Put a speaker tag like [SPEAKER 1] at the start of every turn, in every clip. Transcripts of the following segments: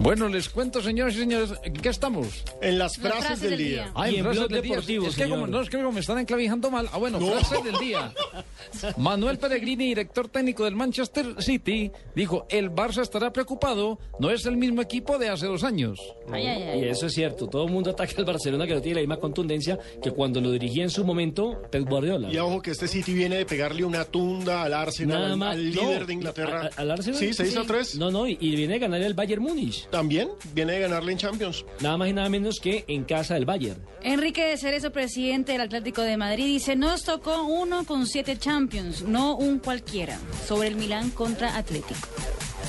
[SPEAKER 1] Bueno, les cuento, señores y señores, ¿en qué estamos?
[SPEAKER 2] En las frases, del, día.
[SPEAKER 1] Ah,
[SPEAKER 3] Y en
[SPEAKER 1] frases
[SPEAKER 3] Blog
[SPEAKER 1] del día.
[SPEAKER 3] Deportivo,
[SPEAKER 1] Es que como,
[SPEAKER 3] señor.
[SPEAKER 1] no, es que como me están enclavijando mal. Ah, bueno, frases del día. Manuel Pellegrini, director técnico del Manchester City, dijo, el Barça estará preocupado, no es el mismo equipo de hace dos años.
[SPEAKER 4] Ay, ay, ay.
[SPEAKER 3] Y eso es cierto, todo el mundo ataca al Barcelona que no tiene la misma contundencia que cuando lo dirigía en su momento Pep Guardiola.
[SPEAKER 2] Y ojo que este City viene de pegarle una tunda al Arsenal,
[SPEAKER 3] Nada
[SPEAKER 2] al,
[SPEAKER 3] más,
[SPEAKER 2] al
[SPEAKER 3] no,
[SPEAKER 2] líder de Inglaterra.
[SPEAKER 3] a- a- ¿Al Arsenal?
[SPEAKER 2] Sí, 6 a 3.
[SPEAKER 3] No, no, y, y viene a ganar el Bayern Múnich.
[SPEAKER 2] También viene de ganarle en Champions.
[SPEAKER 3] Nada más y nada menos que en casa del Bayern.
[SPEAKER 4] Enrique Cerezo, presidente del Atlético de Madrid, dice, nos tocó uno con siete Champions, no un cualquiera, sobre el Milán contra Atlético.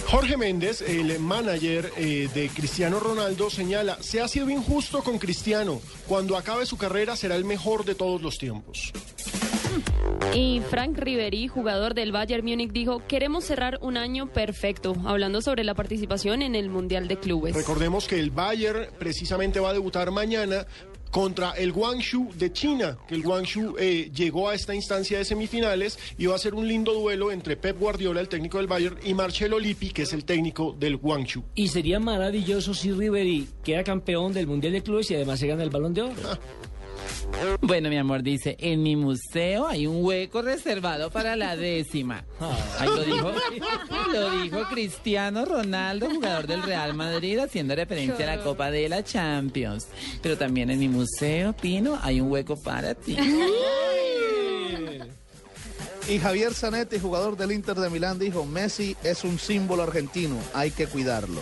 [SPEAKER 2] Jorge Méndez, el manager eh, de Cristiano Ronaldo, señala, se ha sido injusto con Cristiano. Cuando acabe su carrera será el mejor de todos los tiempos.
[SPEAKER 5] Y Frank Ribery, jugador del Bayern Múnich, dijo, queremos cerrar un año perfecto, hablando sobre la participación en el Mundial de Clubes.
[SPEAKER 2] Recordemos que el Bayern precisamente va a debutar mañana contra el Guangzhou de China, que el Guangzhou eh, llegó a esta instancia de semifinales y va a ser un lindo duelo entre Pep Guardiola, el técnico del Bayern, y Marcelo Lippi, que es el técnico del Guangzhou.
[SPEAKER 3] Y sería maravilloso si Ribery queda campeón del Mundial de Clubes y además se gana el Balón de Oro.
[SPEAKER 6] Bueno, mi amor, dice, en mi museo hay un hueco reservado para la décima. Ahí lo dijo, lo dijo Cristiano Ronaldo, jugador del Real Madrid, haciendo referencia a la Copa de la Champions. Pero también en mi museo, Pino, hay un hueco para ti.
[SPEAKER 7] Y Javier Zanetti, jugador del Inter de Milán, dijo, Messi es un símbolo argentino, hay que cuidarlo.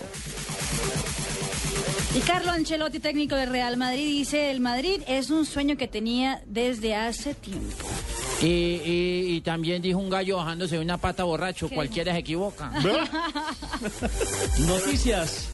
[SPEAKER 4] Y Carlo Ancelotti, técnico del Real Madrid, dice, el Madrid es un sueño que tenía desde hace tiempo.
[SPEAKER 6] Y, y- y también dijo un gallo bajándose de una pata borracho,
[SPEAKER 4] ¿Qué?
[SPEAKER 6] cualquiera se equivoca.
[SPEAKER 3] Noticias.